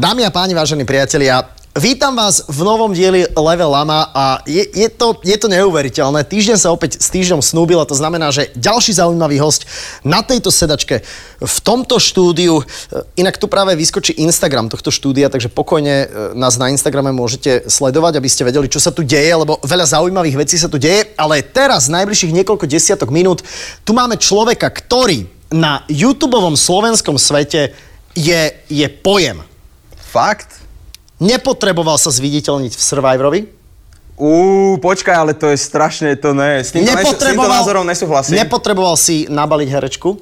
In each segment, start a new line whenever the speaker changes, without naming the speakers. Dámy a páni, vážení priatelia, Vítam vás v novom dieli Level Lama a je, je, to, je to neuveriteľné. Týždeň sa opäť s týždňom snúbil a to znamená, že ďalší zaujímavý host na tejto sedačke v tomto štúdiu, e, inak tu práve vyskočí Instagram tohto štúdia, takže pokojne e, nás na Instagrame môžete sledovať, aby ste vedeli, čo sa tu deje, lebo veľa zaujímavých vecí sa tu deje, ale teraz, najbližších niekoľko desiatok minút, tu máme človeka, ktorý na YouTubeovom slovenskom svete je, je pojem.
Fakt?
Nepotreboval sa zviditeľniť v Survivorovi.
Uú, počkaj, ale to je strašné, to ne. S týmto, nesu, s týmto názorom nesúhlasím.
Nepotreboval si nabaliť herečku.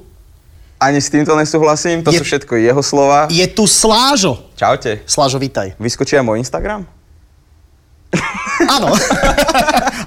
Ani s týmto nesúhlasím, to
Je-
sú všetko jeho slova.
Je tu Slážo.
Čaute.
Slážo, vítaj.
Vyskočí aj môj Instagram?
Áno.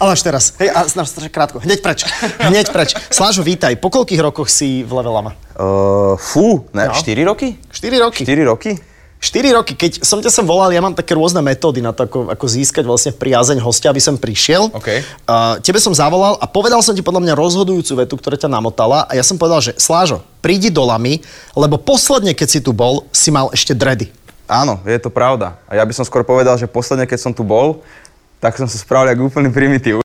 Ale až teraz. Hej, a na, krátko. Hneď preč. Hneď preč. Slážo, vítaj. Po koľkých rokoch si v Levelama?
Uh, fú, ne,
No.
4 roky?
4 roky.
4 roky?
4 roky, keď som ťa sem volal, ja mám také rôzne metódy na to, ako, ako získať vlastne priazeň hostia, aby som prišiel.
OK.
Uh, tebe som zavolal a povedal som ti podľa mňa rozhodujúcu vetu, ktorá ťa namotala a ja som povedal, že Slážo, prídi do lamy, lebo posledne, keď si tu bol, si mal ešte dredy.
Áno, je to pravda. A ja by som skôr povedal, že posledne, keď som tu bol, tak som sa spravil ako úplný primitív.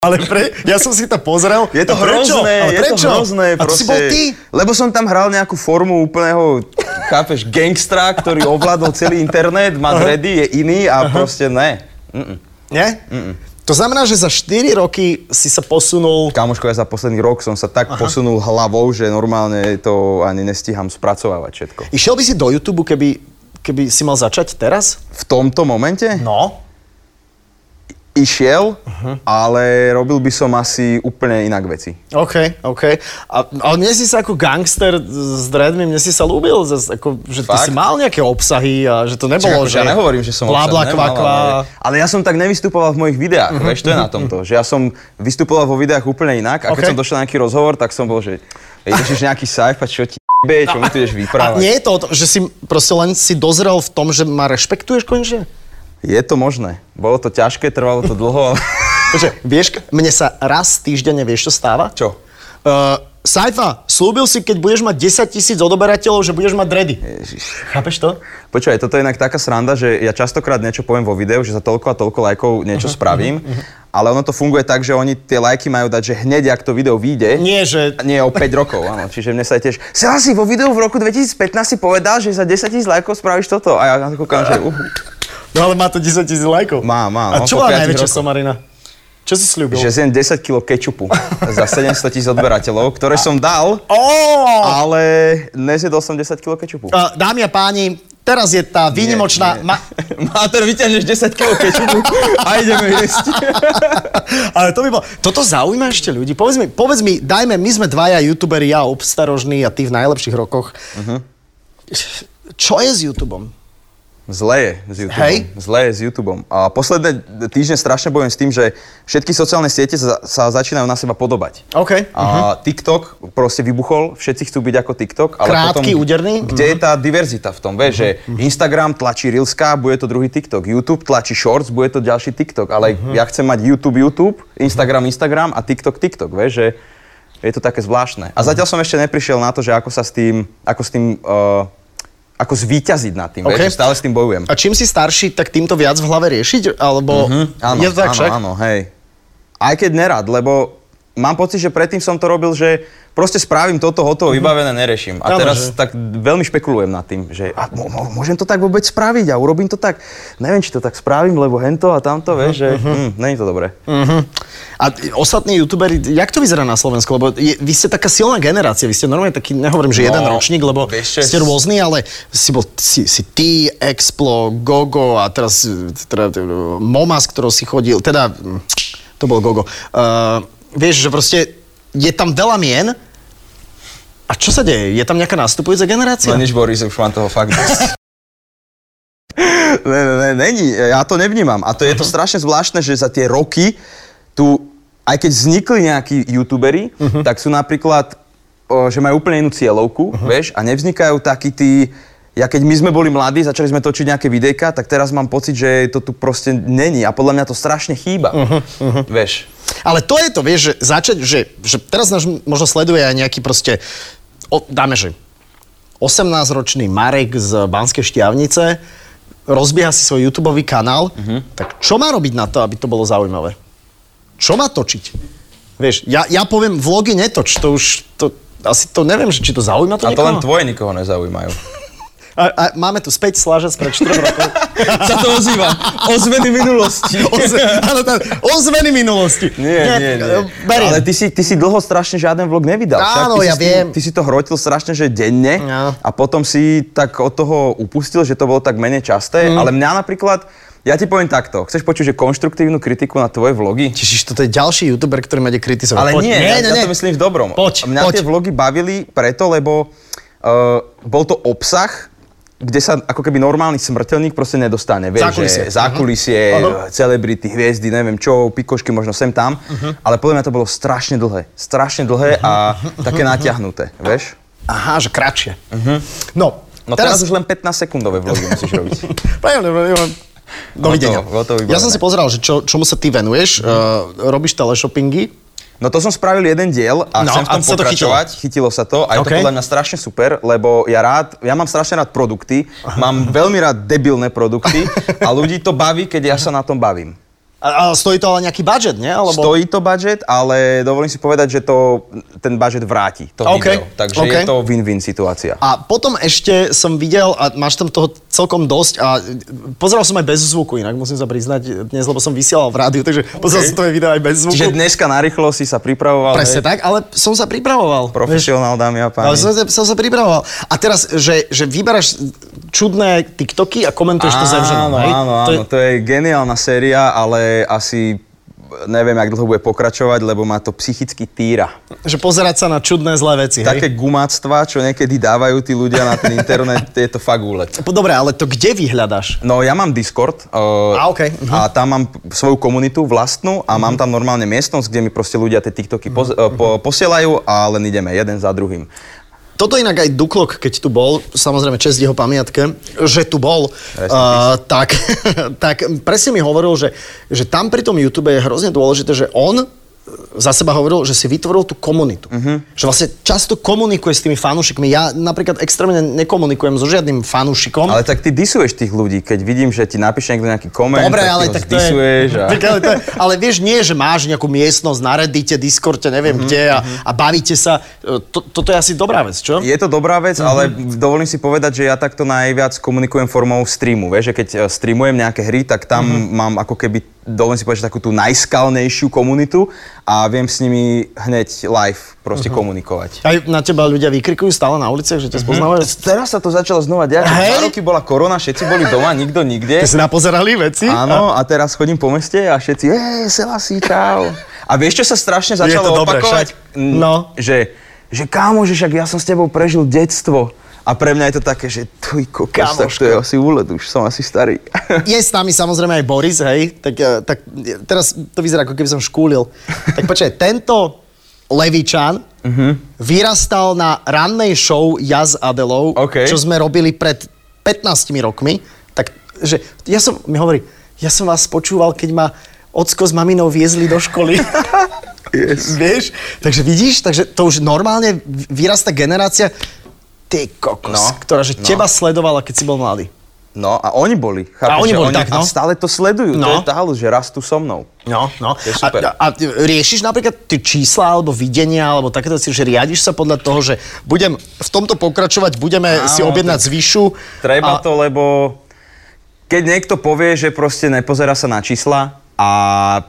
Ale pre, ja som si to pozrel.
Je
A
to
No, prečo?
hrozné,
Ale
je
prečo?
to hrozné.
A to si bol ty?
Lebo som tam hral nejakú formu úplného, chápeš, gangstra, ktorý ovládol celý internet, má dready, je iný a proste ne. Mm-mm.
Nie? To znamená, že za 4 roky si sa posunul...
Kámoško, ja za posledný rok som sa tak Aha. posunul hlavou, že normálne to ani nestíham spracovávať všetko.
Išiel by si do YouTube, keby, keby si mal začať teraz?
V tomto momente
No.
išiel, ale robil by som asi úplne inak veci.
OK, OK. A, ale mne si sa ako gangster s dreadmi, mne si sa ľúbil, zas, ako, že ty
Fakt?
si mal nejaké obsahy a že to nebolo,
Čak, akože
že...
ja nehovorím, že som
bla,
obsah
bla,
nemal,
kva, kva.
ale- Ale ja som tak nevystupoval v mojich videách, uh-huh. vieš, to je na tomto. Že ja som vystupoval vo videách úplne inak a
Ok.
keď som došiel na nejaký rozhovor, tak som bol, že ježiš nejaký sajfa, čo ti jebe, čo mi tu ideš
A
vyprávať.
nie je to o tom, že si proste len si dozrel v tom, že ma rešpektuješ konečne?
Je to možné. Bolo to ťažké, trvalo to dlho, ale...
Takže, vieš, mne sa raz týždenne, vieš, čo stáva?
Čo?
Uh, Saifa, slúbil si, keď budeš mať 10 tisíc odoberateľov, že budeš mať dredy.
Ježiš.
Chápeš to?
Počúvaj, toto je inak taká sranda, že ja častokrát niečo poviem vo videu, že za toľko a toľko lajkov niečo spravím, ale ono to funguje tak, že oni tie lajky majú dať, že hneď, ak to video vyjde,
Nie, že...
a nie o 5 rokov, áno. Čiže mne sa aj tiež... Sela si vo videu v roku 2015 si povedal, že za 10 tisíc lajkov spravíš toto. A ja na to kúkam, že uh,
No ale má to 10 tisíc lajkov.
Má, má,
A
no,
čo
po
má
piatich
najväčšia
rokoch.
somarina? Čo si slúbil?
že zjem 10 kg kečupu za 700 tisíc odberateľov, ktoré som dal,
Oh!
ale nezjedol som 10 kg kečupu.
Uh, dámy a páni, teraz je tá výnimočná...
nie. Máter, vyťažneš 10 kg kečupu a ideme jesť.
Ale to by bolo... Toto zaujíma ešte ľudí. Povedz mi, povedz mi, dajme, my sme dvaja youtuberi, ja obstarožný a ty v najlepších rokoch.
Mhm.
Čo je s YouTubeom?
Zle je s YouTube.
Hej.
Zle je s YouTubeom. A posledné týždne strašne bojujem s tým, že všetky sociálne siete sa, sa začínajú na seba podobať.
OK.
A
Mhm.
TikTok proste vybuchol, všetci chcú byť ako TikTok, ale
Krátky,
potom,
úderný? Mhm.
kde je tá diverzita v tom, vieš, že Instagram tlačí Reelska, bude to druhý TikTok, YouTube tlačí Shorts, bude to ďalší TikTok, ale
Mhm.
ja chcem mať YouTube, YouTube, Instagram, Instagram a TikTok, TikTok, vieš, že je to také zvláštne.
Mhm.
A zatiaľ som ešte neprišiel na to, že ako sa s tým, ako s tým, uh, ako zvíťaziť nad tým,
OK.
vieš, že stále s tým bojujem.
A čím si starší, tak týmto viac v hlave riešiť? Alebo...
Mhm. Áno,
je to tak
áno,
však?
áno, hej. Aj keď nerad, lebo mám pocit, že predtým som to robil, že proste spravím toto, hotovo, vybavené, nereším.
Mhm.
A
Áno,
teraz
že?
tak veľmi špekulujem nad tým, že a mo- mo- môžem to tak vôbec spraviť a urobím to tak. Neviem, či to tak spravím, lebo hento a tamto, vieš, že hm, není to dobré.
Mhm. A t- ostatní youtuberi, jak to vyzerá na Slovensku? Lebo je, vy ste taká silná generácia, vy ste normálne taký, nehovorím, že
No,
jeden ročník, lebo
vieš čo,
ste rôzni, ale si bol, si, si ty, Explo, Gogo a teraz e, teda, e, Moma, s ktorou si chodil, teda, mm, to bol Gogo. Uh, vieš, že proste je tam veľa mien, a čo sa deje? Je tam nejaká nastupujúca generácia?
No nič, Boris, už mám toho fakt dosť. ne, ne, ne, není, ja to nevnímam. A to je to strašne zvláštne, že za tie Mhm. roky tu, aj keď vznikli nejakí youtuberi, tak sú napríklad o, že majú úplne inú cieľovku, uh-huh. vieš, a nevznikajú takí tí... Ja keď my sme boli mladí, začali sme točiť nejaké videjka, tak teraz mám pocit, že to tu proste není a podľa mňa to strašne chýba, uh-huh, uh-huh. vieš.
Ale to je to, vieš, že začať, že, že teraz nás možno sleduje aj nejaký proste, o, dáme, že 18-ročný Marek z Banskej Štiavnice rozbieha si svoj YouTube kanál, uh-huh.
Mhm.
tak čo má robiť na to, aby to bolo zaujímavé? Čo má točiť? Vieš, ja, ja poviem, vlogy netoč, to už, to, asi to neviem, že či to zaujíma to
A to
niekoho?
len tvoje nikoho nezaujímajú.
a, a máme tu späť slážec pred 4 rokov.
Sa to ozýva. Ozveny minulosti.
Oz, áno, tá, ozveny minulosti.
Nie, nie, nie.
eh, Beriem.
Ale ty si, ty si dlho strašne žiaden vlog nevydal. však?
Áno,
ty si
ja
s tým-
viem.
Ty si to hrotil strašne, že denne
No.
a potom si tak od toho upustil, že to bolo tak menej časté,
Mhm.
ale mňa napríklad, ja ti poviem takto, chceš počuť, že konštruktívnu kritiku na tvoje vlogy?
Čiže toto je ďalší youtuber, ktorý ma ide kritizovať.
Ale
Poď.
nie,
nie,
ja,
nie,
ja
nie.
to myslím v dobrom.
Poď,
Mňa
poď.
tie vlogy bavili preto, lebo uh, bol to obsah, kde sa ako keby normálny smrteľník proste nedostane. Vieš,
Zákulisie.
Že, zákulisie,
Aha.
uh-huh. celebrity, hviezdy, neviem čo, pikošky možno sem tam. Uh-huh. Ale podľa mňa to bolo strašne dlhé. Strašne dlhé a také natiahnuté, vieš?
Aha, že kratšie. Uh-huh. No,
Mhm. No teraz, už len 15 sekundové vlogy musíš robiť.
Pravda, pravda. Dovidenia.
Gotovo, gotovo,
ja som
výborné.
si pozeral, že čo, čomu sa ty venuješ.
Mhm.
Uh, robíš teleshoppingy.
No to som spravil jeden diel a
No,
no, chcem v
a
tom
sa to
pokračovať. chytilo. sa to a je
OK.
to podľa mňa strašne super, lebo ja rád, ja mám strašne rád produkty, mám veľmi rád debilné produkty a ľudí to baví, keď ja sa na tom bavím.
A, a stojí to ale nejaký budget, nie? Alebo...
Stojí to budget, ale dovolím si povedať, že to, ten budget vráti, to
OK.
video. Takže
OK.
je to win-win situácia.
A potom ešte som videl, a máš tam toho celkom dosť, a pozeral som aj bez zvuku, inak musím sa priznať dnes, lebo som vysielal v rádiu, takže pozeral som tvoje video aj bez zvuku.
Čiže dneska narýchlo si sa pripravoval.
Presne
hej?
tak, ale som sa pripravoval. vieš.
Profesionál, dámy a
Ale som,
páni.
sa- som sa pripravoval. A teraz, že, že vyberáš čudné TikToky a komentuješ to zevžené.
Áno, áno, áno, to je geniálna séria, ale asi neviem, jak dlho bude pokračovať, lebo ma to psychicky týra.
Že pozerať sa na čudné zlé veci.
Také
Hej?
gumáctva, čo niekedy dávajú tí ľudia na ten internet, je to fakt úlet.
Dobre, ale to kde vyhľadáš?
No ja mám Discord uh,
A, okej, mhm.
a tam mám p- svoju komunitu vlastnú a mám tam normálne miestnosť, kde mi proste ľudia tie TikToky
Mhm.
poz, uh, po, posielajú a len ideme jeden za druhým.
Toto inak aj Duklok, keď tu bol, samozrejme čest jeho pamiatke, že tu bol,
Rest in
uh, tak, tak presne mi hovoril, že, že tam pri tom YouTube je hrozne dôležité, že on e, za seba hovoril, že si vytvoril tú komunitu.
Mhm.
Že vlastne často komunikuje s tými fanúšikmi. Ja napríklad extrémne nekomunikujem so žiadnym fanúšikom.
Ale tak ty disuješ tých ľudí, keď vidím, že ti napíše niekto nejaký koment,
Dobre,
tak ty
ale
ho
tak to je...
zdisuješ a...
Tak, ale, to je, ale vieš, nie, že máš nejakú miestnosť na Reddite, Discorde,
Mhm,
neviem kde a, a bavíte sa. E, To, toto je asi dobrá vec, čo?
Je to dobrá vec, mm-hmm. ale dovolím si povedať, že ja takto najviac komunikujem formou streamu. Vieš, že keď eh, streamujem nejaké hry, tak tam mm-hmm. mám ako keby, dovolím si povedať, že takú tú najskalnejšiu komunitu a viem s nimi hneď live proste mm-hmm. komunikovať.
Aj na teba ľudia vykrikujú stále na uliciach, že ťa
Mhm.
spoznávajú?
Teraz sa to začalo znova diať.
Hej.
Dva roky bola korona, všetci boli doma, nikto nikde.
Keď si napozerali veci?
Áno, a teraz chodím po meste a všetci, hej, Selassie, čau. A vieš, čo sa strašne začalo
to dobré,
opakovať?
však. No.
Že, že kámo, že však ja som s tebou prežil detstvo. A pre mňa je to také, že tuj kokos, tak to je asi úled už, som asi starý.
Je s nami samozrejme aj Boris, hej, tak, e, tak e, teraz to vyzerá, ako keby som škúlil. Tak počkaj, tento Levičan
Mhm.
vyrastal na rannej show Ja s Adelou,
OK.
čo sme robili pred 15 rokmi. Tak, že ja som, mi hovorí, ja som vás počúval, keď ma ocko s maminou viezli do školy.
Yes.
Vieš? Takže vidíš, takže to už normálne vyrastá generácia, ty kokos,
No,
ktorá že
no.
teba sledovala, keď si bol mladý.
No a oni boli, chápeš?
oni
že
boli, tak, no.
A stále to
No.
sledujú, no. to je tá halus, že rastú so mnou.
No, no.
To
A,
je super.
a riešiš napríklad tie čísla alebo videnia alebo takéto veci, že riadiš sa podľa toho, že budem v tomto pokračovať, budeme
Áno,
si objednať z výšu. a,
Treba a... to, lebo keď niekto povie, že proste nepozerá sa na čísla a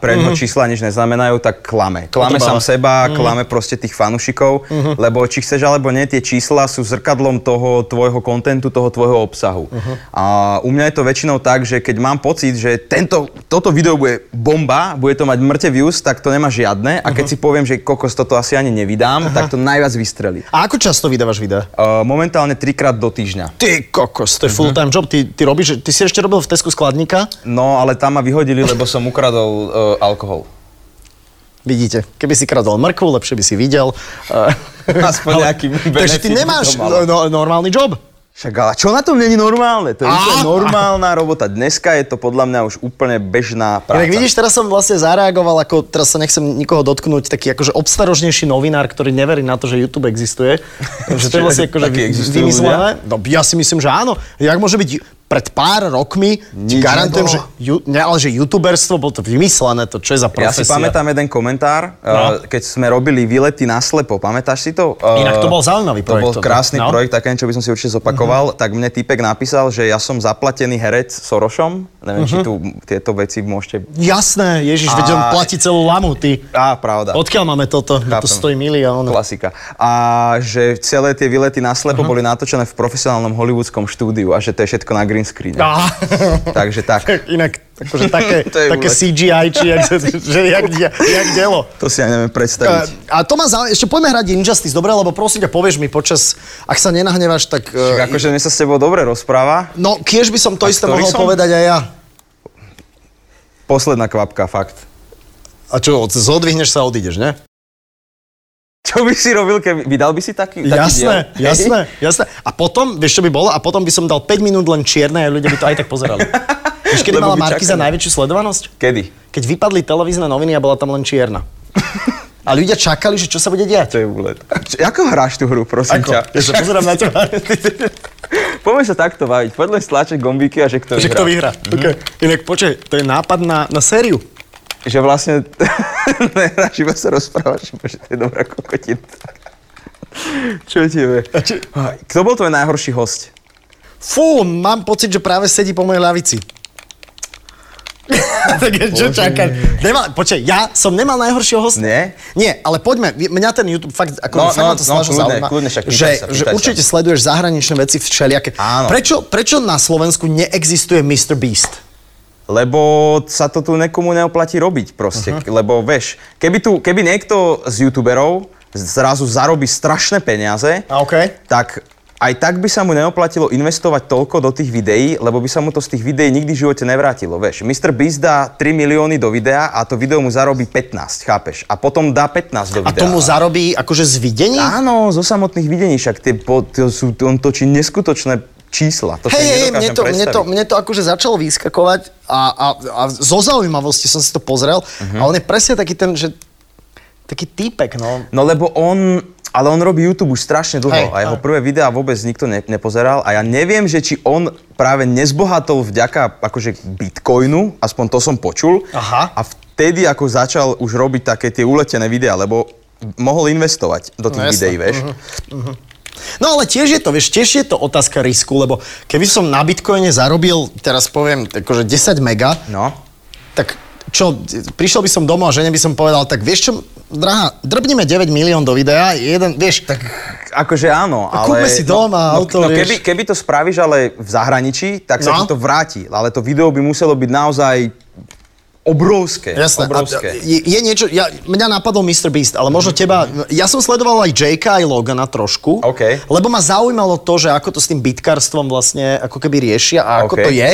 pre neho čísla nič neznamenajú, tak klame. Klame
Toto
sám
báva.
seba, klame proste tých fanúšikov, lebo či chceš alebo nie, tie čísla sú zrkadlom toho tvojho kontentu, toho tvojho obsahu. A u mňa je to väčšinou tak, že keď mám pocit, že tento, toto video bude bomba, bude to mať mŕte views, tak to nemá žiadne. A keď si poviem, že kokos, toto asi ani nevydám, tak to najviac vystrelí.
a ako často vydávaš videa? Mhm.
Uh, momentálne trikrát do týždňa.
Ty kokos, to je full-time job, ty, ty robíš, že- ty si ešte robil v Tesku skladníka? e,
No, ale tam ma vyhodili, lebo som ukradol uh, alkohol.
Vidíte, keby si kradol mrkvu, lepšie by si videl. eh,
Aspoň nejaký
Takže ty
benefit by to
nemáš
malo.
no, normálny job.
Však ale čo na tom není normálne? To
Á!
je úplne normálna robota. Dneska je to podľa mňa už úplne bežná práca.
Inak vidíš, teraz som vlastne zareagoval, ako teraz sa nechcem nikoho dotknúť, taký akože obstarožnejší novinár, ktorý neverí na to, že YouTube existuje. Takže to je vlastne akože
Takí
vy-
existujú
vymyslené. No, ja si myslím, že áno. Jak môže byť pred pár rokmi, ti
Nič
garantujem, že,
nebolo.
ju, ne, ale že youtuberstvo bolo to vymyslené, to čo je za
Ja
profesia.
si pamätám jeden komentár,
No.
no. keď sme robili výlety na slepo. Pamätáš si to? E,
Inak to bol zaujímavý
To bol
projekt, to,
krásny
no. Mhm.
no. projekt, taký, čo by som si určite zopakoval. Uh-huh. Tak mne typek napísal, že ja som zaplatený herec Sorošom. Neviem,
Mhm.
uh-huh. či tu tieto veci môžete...
Jasné, Ježiš, veď on
A-
platí celú lamu, ty.
Á, pravda.
Odkiaľ máme toto? No To
Chápem.
stojí milión.
Klasika. A že celé tie výlety na slepo uh-huh. boli natočené v profesionálnom hollywoodskom štúdiu a že to je všetko na green screene.
Á.
Takže tak.
Inak, akože také,
To je
také
úlet.
CGI, či jak, že jak, jak delo.
To si ja neviem
E,
predstaviť.
A to ma zaujíma, ešte poďme hrať Injustice, dobre, lebo prosím ťa, povieš mi počas, ak sa nenahnevaš, tak... e,
Však akože mne sa s tebou dobre rozpráva.
No, kiež by som to
A
isté
ktorý
mohol
som?
povedať aj ja.
Posledná kvapka, fakt.
A čo, od- zodvihneš sa a odídeš, ne?
Čo by si robil, keby... Vydal by si taký, taký
Jasné,
diel?
jasné, jasné. A potom, vieš čo by bolo? A potom by som dal 5 minút len čierne a ľudia by to aj tak pozerali. Vieš, kedy
Lebo
mala
by
Markiza
čakali.
najväčšiu sledovanosť?
Kedy?
Keď vypadli televízne noviny a bola tam len čierna. A ľudia čakali, že čo sa bude
To
diať.
je úlet. Č- ako hráš tú hru, prosím
Ako?
ťa?
Ja sa pozerám na teba.
Poďme sa takto baviť. Poďme stlačiť gombíky a že kto
Že
vyhrá.
kto vyhrá. Okay. Inak počkaj, to je nápad na, na sériu.
Že vlastne nehráš, iba sa rozprávaš. Bože, to je dobrá kokotina. Čo tebe?
či-
Aj, Kto bol tvoj najhorší host?
Fú, mám pocit, že práve sedí po mojej lavici. tak je, čo čakať? Nemal, počkaj, ja som nemal najhoršieho hosta.
Nie?
Nie, ale poďme, mňa ten YouTube fakt, ako
No,
fakt
no,
ma to
no,
strašne
kľudne,
zaujíma,
kľudne, však pýtaj
že,
sa,
že
pýtaj sa.
určite sleduješ zahraničné veci všelijaké.
Áno.
Prečo, prečo na Slovensku neexistuje Mr. Beast?
Lebo sa to tu nekomu neoplatí robiť proste, uh-huh. lebo veš, keby, tu, keby niekto z youtuberov zrazu zarobí strašné peniaze,
A okej.
tak aj tak by sa mu neoplatilo investovať toľko do tých videí, lebo by sa mu to z tých videí nikdy v živote nevrátilo. Veš, Mr. Beast dá 3 milióny do videa a to video mu zarobí 15, chápeš? A potom dá 15 do
A
videa.
tomu zarobí akože z videní?
Áno, zo samotných videní, však tie, po, to sú, on točí neskutočné čísla. To si
Hej, hej, mne to,
nedokážem
mne, to,
predstaviť.
mne to akože začalo vyskakovať a, a, a zo zaujímavosti som si to pozrel uh-huh. a on je presne taký ten, že taký týpek, no.
No lebo on, ale on robí YouTube už strašne dlho
Hej,
a jeho
hej.
prvé videá vôbec nikto ne, nepozeral a ja neviem, že či on práve nezbohatol vďaka akože Bitcoinu, aspoň to som počul.
Aha.
A vtedy ako začal už robiť také tie uletené videá, lebo mohol investovať do tých
No
no,
jasné,
videí, vieš.
No ale tiež je to, vieš, tiež je to otázka risku, lebo keby som na Bitcoine zarobil, teraz poviem, akože 10 mega,
No.
tak čo, prišiel by som domov a žene by som povedal, tak vieš čo, drahá, drbnime 9 milión do videa, jeden, vieš, tak
Akože áno,
A
ale...
kúpme si dom a
no,
auto,
no,
vieš.
keby, keby to spravíš ale v zahraničí, tak sa
No.
no. ti to vráti. Ale to video by muselo byť naozaj obrovské.
Jasné.
obrovské. Mhm.
A, je, je niečo, ja, mňa napadol Mr. Beast, ale možno teba, ja som sledoval aj Jakea, aj Logana trošku,
OK.
lebo ma zaujímalo to, že ako to s tým bitkarstvom vlastne ako keby riešia a ako
OK.
to je.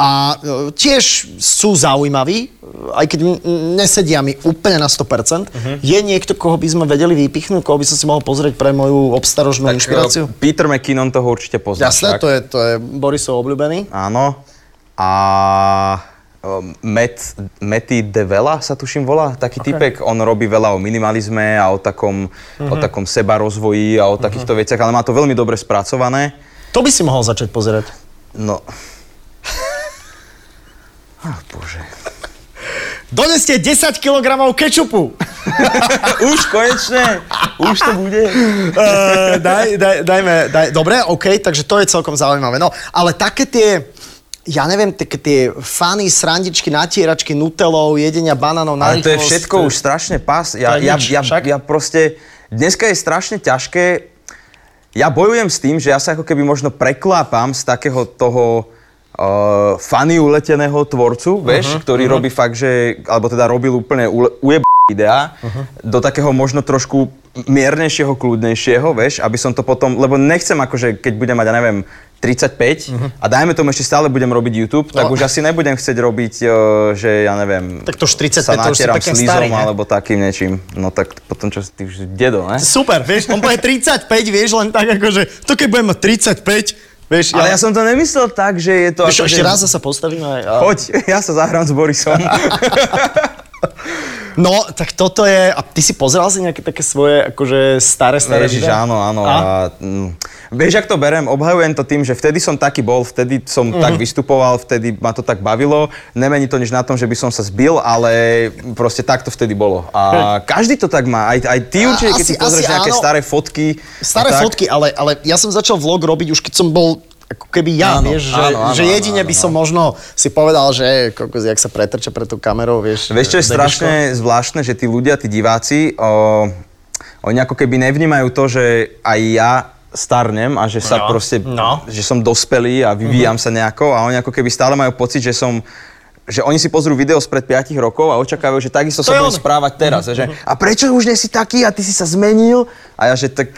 A e, tiež sú zaujímaví, aj keď m- m- nesedia mi úplne na 100%.
Mhm.
Je niekto, koho by sme vedeli vypichnúť, koho by som si mohol pozrieť pre moju obstarožnú
Tak,
inšpiráciu?
e, Peter McKinnon toho určite pozná.
Jasné, to je, to je Borisov obľúbený.
Áno. A um, Matt, Matty Devela sa tuším volá, taký okay. typek. On robí veľa o minimalizme a o takom, o
Mhm.
takom sebarozvoji a o takýchto veciach, ale má to veľmi dobre spracované.
To by si mohol začať pozerať.
No... Ach, bože.
Doneste 10 kg kečupu!
Už konečne! Už to bude.
Eh, daj, daj, dajme, daj, dobre, OK, takže to je celkom zaujímavé. No, ale také tie, ja neviem, také tie fany, srandičky, natieračky, nutelov, jedenia banánov na
Ale to je
rýchlosť,
všetko už strašne
To
pás. Ja,
je
ja,
nič,
ja,
však.
ja proste... Dneska je strašne ťažké... Ja bojujem s tým, že ja sa ako keby možno preklápam z takého toho uh, fany uleteného tvorcu, vieš, ktorý robí fakt, že... Alebo teda robil úplne ule, ujeb ideá, do takého možno trošku miernejšieho, kľudnejšieho, vieš, aby som to potom, lebo nechcem akože, keď budem mať, ja neviem, 35 a dajme tomu ešte stále budem robiť YouTube, tak
Mhm. No.
už asi nebudem chcieť robiť, e, že ja neviem,
Tak to už 35 to už
sa
si
natieram
pekne
slízom
starý, ne?
alebo takým niečím. No tak potom čo si ty už dedo, ne?
Super, vieš, on povie 35, vieš, len tak akože, to keď budem mať 35, vieš,
Ale ja som to nemyslel tak, že je to...
Vieš, čo,
akože-
ešte raz sa postavíme. A...
Poď, ja sa zahrám s Borisom.
No, tak toto je... A ty si pozeral si nejaké také svoje akože staré, staré
Ježiš,
videá?
áno, áno.
A?
A? mm, vieš, ak to berem, obhajujem to tým, že vtedy som taký bol, vtedy som tak
Mhm.
vystupoval, vtedy ma to tak bavilo. Nemení to nič na tom, že by som sa zbil, ale proste tak to vtedy bolo. A každý to tak má. Aj, aj ty
A-
určite, keď
asi-
si pozrieš
asi
nejaké
áno.
staré fotky. a
Staré
tak.
fotky, ale, ale ja som začal vlog robiť už keď som bol ako keby ja,
Áno,
vieš, že,
áno, áno,
že
áno,
jedine by
áno,
som možno si povedal, že kokos, jak sa pretrča pred tou kamerou, vieš.
Vieš, čo je
debiško.
strašne zvláštne, že tí ľudia, tí diváci, o, oni ako keby nevnímajú to, že aj ja starnem a že
No,
sa proste,
no. Mhm.
že som dospelý a vyvíjam sa nejako a oni ako keby stále majú pocit, že som že oni si pozrú video spred 5 rokov a očakávajú, že takisto
je Mhm.
sa budem
on.
správať teraz. Že, a prečo už nie si taký a ty si sa zmenil? A ja že tak...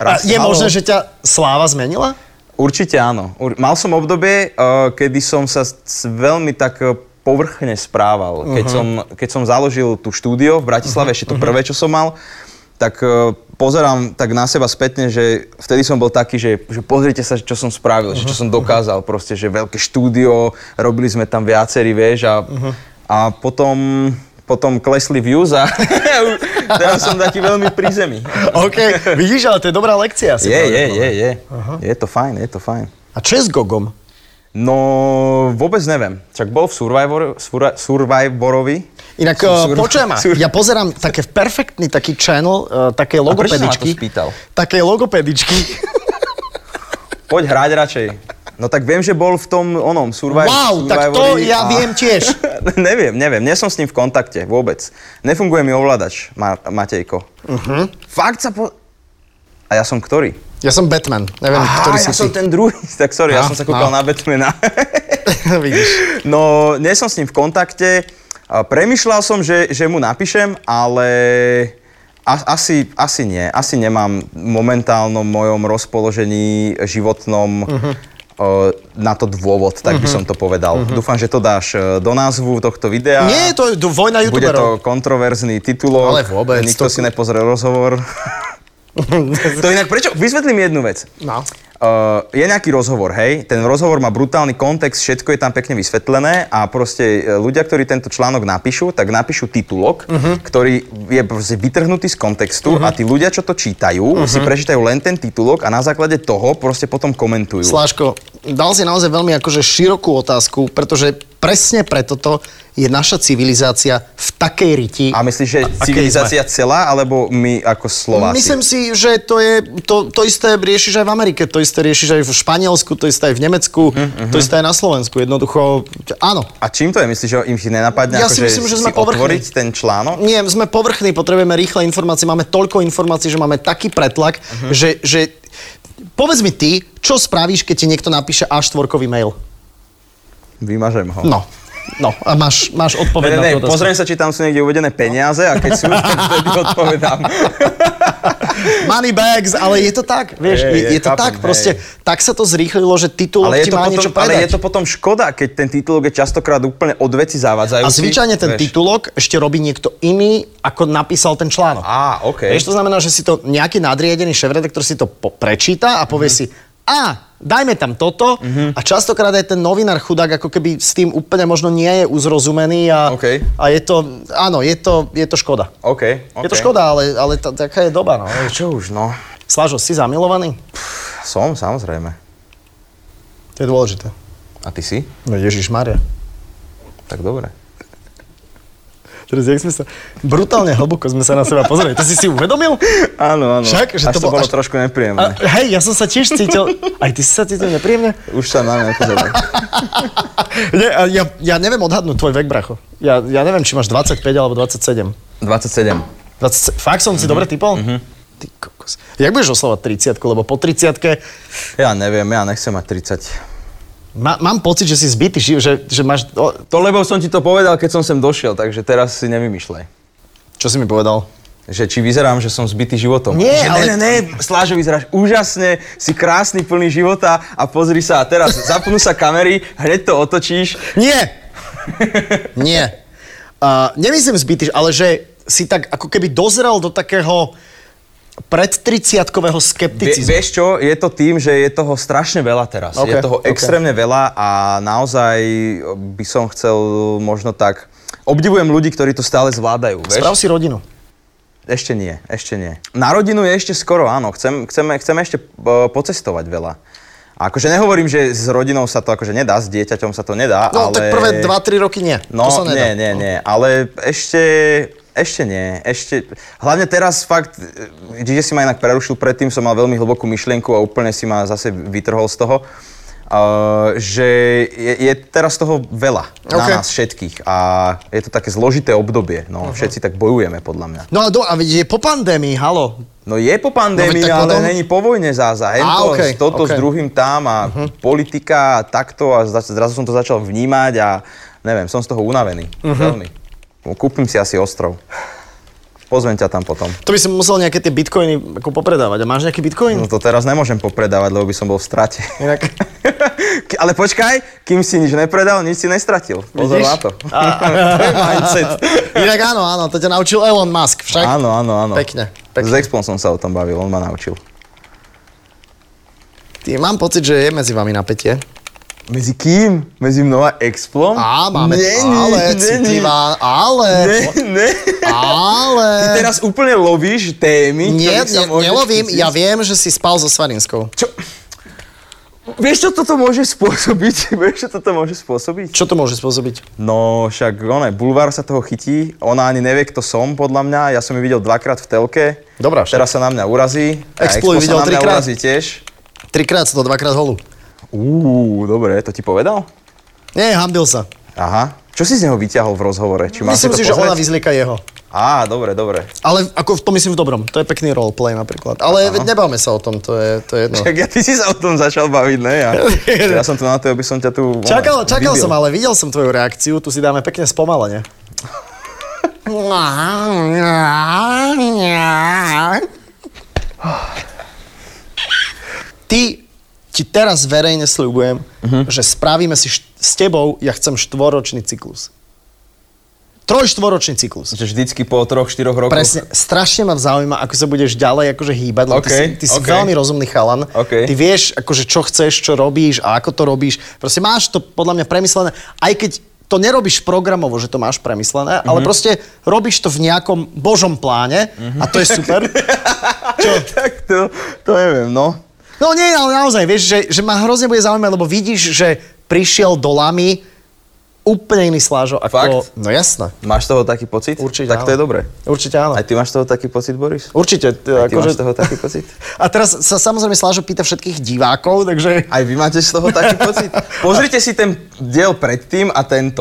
A
raz-
je
halo.
možné, že ťa sláva zmenila?
Určite áno. Ur- mal som obdobie, uh, kedy som sa s- veľmi tak eh, povrchne správal. Keď, som, keď som založil tú štúdio v Bratislave, ešte to prvé, čo som mal, tak eh, pozerám tak na seba spätne, že vtedy som bol taký, že, že pozrite sa, čo som spravil, že čo som dokázal. Proste, že veľké štúdio, robili sme tam viacerí, vieš, a, a potom, potom klesli views a teraz som taký veľmi pri zemi.
OK, vidíš, ale to je dobrá lekcia. si
Je,
povedal.
je, je, je. Je to fajn, je to fajn.
A čo je s Gogom?
No, vôbec neviem. Čak bol v Survivor, Surra- Survivorovi.
Inak
Sú-
uh,
sú-
počujem ma,
sú-
ja pozerám také perfektný taký channel, uh, také logopedičky.
prečo sa ma to spýtal?
Také logopedičky.
Poď hrať radšej. No tak viem, že bol v tom onom Survivor,
Wow, tak to
Survivori
ja viem tiež.
neviem, neviem, nie som s ním v kontakte vôbec. Nefunguje mi ovládač, Ma- Matejko.
Mhm.
Uh-huh. Fakt sa po... A ja som ktorý?
Ja som Batman, neviem,
Aha,
ktorý
ja
si
som
ty.
ten druhý. Tak sorry, ja
No,
som sa kúkal
no.
na Batmana.
Vidíš.
No, nie som s ním v kontakte. A Premýšľal som, že, že mu napíšem, ale a, asi, asi nie. Asi nemám v momentálnom mojom rozpoložení životnom
Mhm.
o, na to dôvod, tak by som to povedal. Dúfam, že to dáš e, do názvu tohto videa.
Mhm. Nie, to je d- vojna
Bude
youtuberov.
to kontroverzný titulok.
Ale vôbec,
Nikto
to-
si nepozrel rozhovor. to inak prečo? Vysvetlím jednu vec.
No.
Uh, je nejaký rozhovor, hej? Ten rozhovor má brutálny kontext, všetko je tam pekne vysvetlené a proste e, ľudia, ktorí tento článok napíšu, tak napíšu titulok,
Mhm.
ktorý je proste vytrhnutý z kontextu a tí ľudia, čo to čítajú,
Mhm.
si prečítajú len ten titulok a na základe toho proste potom komentujú.
Sláško, dal si naozaj veľmi akože širokú otázku, pretože presne preto to je naša civilizácia v takej riti.
a myslíš, že
A- akej
civilizácia celá, alebo my ako Slováci?
Myslím si, že to je to, to isté riešiš aj v Amerike, to isté riešiš aj v Španielsku, to isté aj v Nemecku,
Mhm,
to isté aj na Slovensku. Jednoducho, áno.
A čím to je? Myslíš, že im si nenapadne
Ja si
akože
myslím, že sme
si otvoriť
povrchní. No.
ten článok?
Nie, sme povrchní, potrebujeme rýchle informácie, máme toľko informácií, že máme taký pretlak,
Mhm.
uh-huh. že, že povedz mi ty, čo spravíš, keď ti niekto napíše A4-kový mail?
Vymažem ho.
No, no a máš, máš odpoveď
Ne,
na
ne,
tú
ne,
otázku.
pozriem sa, či tam sú niekde uvedené peniaze a keď sú, tak vtedy odpovedám.
Money bags, ale je to tak, vieš,
Hej,
je, je,
hej,
to
chápem,
tak, proste tak sa to zrýchlilo, že titulok
Ale je,
ti
to
má niečo
potom, ale
predať.
je to potom škoda, keď ten titulok je častokrát úplne od veci
A
zavádzajúci.
zvyčajne ten
vieš.
titulok ešte robí niekto iný, ako napísal ten článok.
Á, OK.
Vieš, to znamená, že si to nejaký nadriadený šéf-redaktor si to po- prečíta a
Mhm.
povie si, a dajme tam toto a častokrát aj ten novinár chudák ako keby s tým úplne možno nie je uzrozumený a,
OK.
a je to, áno, je to, je to škoda.
OK, OK.
Je to škoda, ale, ale tá, taká je doba. No.
Ale čo už, no.
Slažo, si zamilovaný?
Som, samozrejme.
To je dôležité.
A ty si?
No Ježiš Maria.
Tak dobre.
Teraz, jak sme sa... Brutálne hlboko sme sa na seba pozreli. To si si uvedomil?
Áno, áno.
Však, že to
až to,
bol-
bolo
až-
trošku
A,
nepríjemné.
hej, ja som sa tiež cítil... Aj ty si sa cítil nepríjemne?
Už sa na mňa pozeral.
Nie, a ja, ja neviem odhadnúť tvoj vek, bracho. Ja, ja neviem, či máš 25 alebo 27.
27.
27. Fakt som si dobre typol? Ty kokos. Jak budeš oslovať 30 lebo po 30
Ja neviem, ja nechcem mať 30.
ma, mám pocit, že si zbytý, že, že, že máš... O,
To lebo som ti to povedal, keď som sem došiel, takže teraz si nevymýšľaj.
čo si mi povedal?
že či vyzerám, že som zbytý životom.
Nie,
že,
ale-
Ne, ne, ne, Slážo, vyzeráš úžasne, si krásny, plný života a pozri sa a teraz zapnú sa kamery, hneď to otočíš.
Nie! Nie. Uh, nemyslím zbytý, ale že si tak ako keby dozrel do takého predtriciatkového
Vie,
skepticizmu.
vieš čo, je to tým, že je toho strašne veľa teraz.
Ok,
Okay, je toho
ok.
okay. extrémne veľa a naozaj by som chcel možno tak... Obdivujem ľudí, ktorí to stále zvládajú. Vieš?
Sprav si rodinu.
Ešte nie, ešte nie. Na rodinu je ešte skoro, áno. Chcem, chceme, chceme ešte e, pocestovať veľa. A akože nehovorím, že s rodinou sa to akože nedá, s dieťaťom sa to nedá,
No, ale...
ale...
tak prvé 2-3 roky nie.
No,
to sa nedá.
nie, nie, nie, ale ešte, ešte nie, ešte, hlavne teraz fakt, e, DJ si ma inak prerušil, predtým som mal veľmi hlbokú myšlienku a úplne si ma zase vytrhol z toho, Uh, že je, je teraz toho veľa
Ok.
na nás všetkých a je to také zložité obdobie,
Mhm.
no všetci tak bojujeme podľa mňa.
No a, do, a vidíte, po pandémii, halo.
No je po pandémii,
No, veď tak
no, ale
potom-
není po vojne záza.
Á,
Hento,
okej,
okay, toto
okej. Mhm.
okay. s druhým tam a uh-huh. politika a takto a zra- zrazu som to začal vnímať a neviem, som z toho unavený.
Mhm.
Uh-huh. Veľmi. No, Kúpim si asi ostrov. Pozvem ťa tam potom.
To by som musel nejaké tie bitcoiny ako popredávať. A máš nejaký bitcoin?
No to teraz nemôžem popredávať, lebo by som bol v strate.
Inak...
K- ale počkaj, kým si nič nepredal, nič si nestratil. Pozor
Vidíš?
na to. to je mindset.
Inak áno, áno, to ťa naučil Elon Musk však.
Áno, áno, áno.
Pekne, pekne.
S Expom som sa o tom bavil, on ma naučil.
Ty, mám pocit, že je medzi vami napätie.
Medzi kým? Medzi mnou a Explom?
Á, máme,
Není,
ale,
není.
citlivá, ale,
Ne, ne.
ale.
Ty teraz úplne lovíš témy,
Nie,
ktorých sa
ne,
môžeš
nelovím,
chytiť.
ja viem, že si spal so Svarinskou.
Čo? Vieš, čo toto môže spôsobiť? Vieš, čo toto môže spôsobiť?
Čo to môže spôsobiť?
No, však, one, Bulvár sa toho chytí, ona ani nevie, kto som, podľa mňa, ja som ju videl dvakrát v telke.
Dobrá, však.
Teraz sa na mňa urazí. a
Explo ju
Expo sa
videl
na mňa
trikrát.
urazí tiež.
Trikrát sa to, dvakrát holu.
Uú, dobre, to ti povedal?
Nie, hambil sa.
Aha. Čo si z neho vyťahol v rozhovore? Či mám
Myslím
to
si, že ona
pozrieť?
vyzlieka jeho.
Á, dobre, dobre.
Ale ako v- to myslím v dobrom. To je pekný roleplay napríklad. Ale veď nebavme sa o tom, to je, to je jedno.
Tak ja ty si sa o tom začal baviť, ne? Ja, ja som tu na to, aby som ťa tu...
Čakal,
ona,
čakal
vybil.
som, ale videl som tvoju reakciu, tu si dáme pekne spomalenie. Ty, ti teraz verejne sľubujem, že spravíme si št- s tebou, ja chcem štvoročný cyklus. Trojštvoročný cyklus.
Že vždycky po troch, štyroch rokoch.
Presne, strašne ma zaujíma, ako sa budeš ďalej akože hýbať, lebo
Okej,
ty, si, ty si
okej.
veľmi rozumný chalan.
Okej.
Ty vieš, akože čo chceš, čo robíš a ako to robíš. Proste máš to podľa mňa premyslené, aj keď to nerobíš programovo, že to máš premyslené, ale
Mhm.
proste robíš to v nejakom božom pláne a to je super.
Čo? tak to, to neviem, no.
No nie, ale naozaj, vieš, že, že ma hrozne bude zaujímať, lebo vidíš, že prišiel do lamy úplne iný slážo ako...
Fakt?
No jasné.
Máš toho taký pocit?
Určite
Tak to
áno.
je dobre.
Určite áno.
Aj ty máš toho taký pocit, Boris?
Určite.
Aj ty
akože-
máš toho taký pocit?
A teraz sa samozrejme Slážo pýta všetkých divákov, takže...
Aj vy máte z toho taký pocit? Pozrite si ten diel predtým a tento.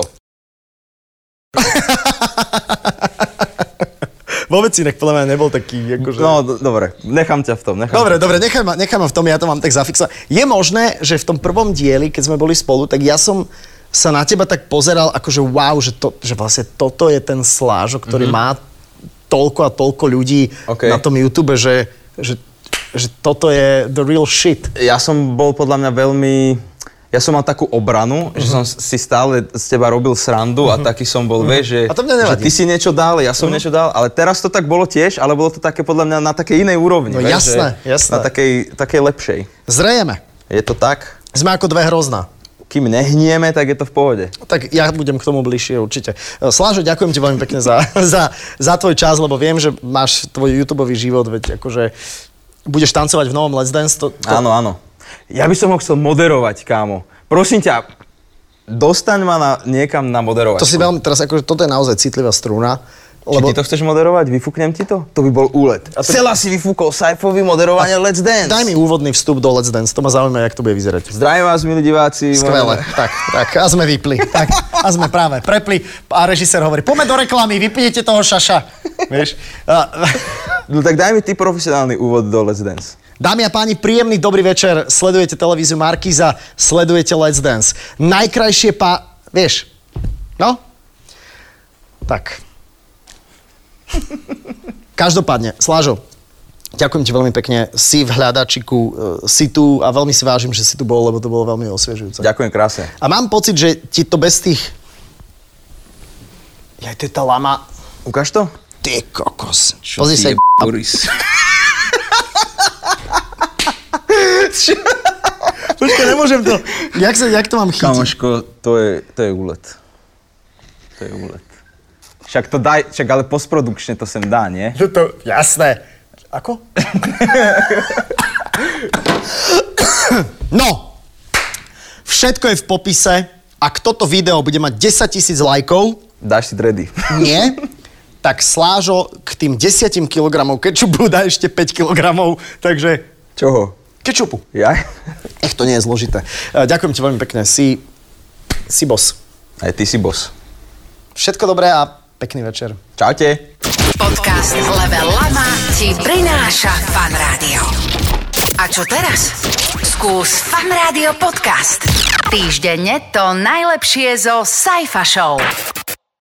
Vôbec inak podľa mňa nebol taký, akože...
No, do, dobre, nechám ťa v tom, nechám
Dobre, dobre, nechaj ma, nechaj ma v tom, ja to mám tak zafixovať. Je možné, že v tom prvom dieli, keď sme boli spolu, tak ja som sa na teba tak pozeral, akože wow, že, to, že vlastne toto je ten slážo, ktorý mm-hmm. má toľko a toľko ľudí
Mhm. OK.
na tom YouTube, že, že, že toto je the real shit.
ja som bol podľa mňa veľmi... Ja som mal takú obranu,
Mhm.
že som si stále z teba robil srandu a taký som bol, vieš, že,
Mhm. A to mňa
že
nevadí. Mhm.
ty si niečo dal, ja som niečo dal, ale teraz to tak bolo tiež, ale bolo to také podľa mňa na takej inej úrovni.
No
vieš,
jasné,
že
jasné.
Na takej, takej lepšej.
Zrejeme.
Je to tak?
Sme ako dve hrozná.
Kým nehnieme, tak je to v pohode.
No Tak ja budem k tomu bližšie určite. E, Slážo, ďakujem ti veľmi pekne za, za, za tvoj čas, lebo viem, že máš tvoj YouTube život, veď akože budeš tancovať v novom Let's Dance. To, to...
Áno, áno. Ja by som ho chcel moderovať, kámo. Prosím ťa, dostaň ma na, niekam na moderovať.
To si veľmi, teraz akože toto je naozaj citlivá struna,
Lebo...
lebo
Či ty to chceš moderovať? Vyfúknem ti to? To by bol úlet. A to... Sela si vyfúkol Saifovi moderovanie Let's Dance.
daj mi úvodný vstup do Let's Dance, to ma zaujíma, jak to bude vyzerať.
Zdravím vás, milí diváci.
Skvelé,
Moje-
tak, tak, a sme vypli, tak, a sme práve prepli a režisér hovorí, poďme do reklamy, vypnite toho šaša, vieš. A,
No tak daj mi ty profesionálny úvod do Let's Dance.
Dámy a páni, príjemný dobrý večer. Sledujete televíziu Markíza, sledujete Let's Dance. Najkrajšie pá... Vieš, no? Tak. Každopádne, Slážo, ďakujem ti veľmi pekne. Si v hľadačiku, e, si tu a veľmi si vážim, že si tu bol, lebo to bolo veľmi osviežujúce.
Ďakujem krásne.
A mám pocit, že ti to bez tých... Jaj, to je tá lama.
Ukáž to?
Ty kokos. Pozri sa, jej-
Boris.
Počkaj, nemôžem to. Jak, sa, jak to mám chytiť?
Kamoško, to je, to je úlet. To je úlet. Však to daj, však ale postprodukčne to sem dá, nie?
To, to, jasné. Ako? no. Všetko je v popise. Ak toto video bude mať 10 tisíc lajkov,
Dáš si dredy.
nie, tak Slážo k tým 10 kg kečupu dá ešte 5 kg, takže
Čoho?
kečupu.
Ja?
Ech, to nie je zložité. E, Ďakujem ti veľmi pekne, si, si bos.
Aj ty si boss.
Všetko dobré a pekný večer.
Čaute.
Podcast Level Lama ti prináša Fan Rádio. A čo teraz? Skús Fan Rádio podcast. Týždenne to najlepšie zo Saifa Show.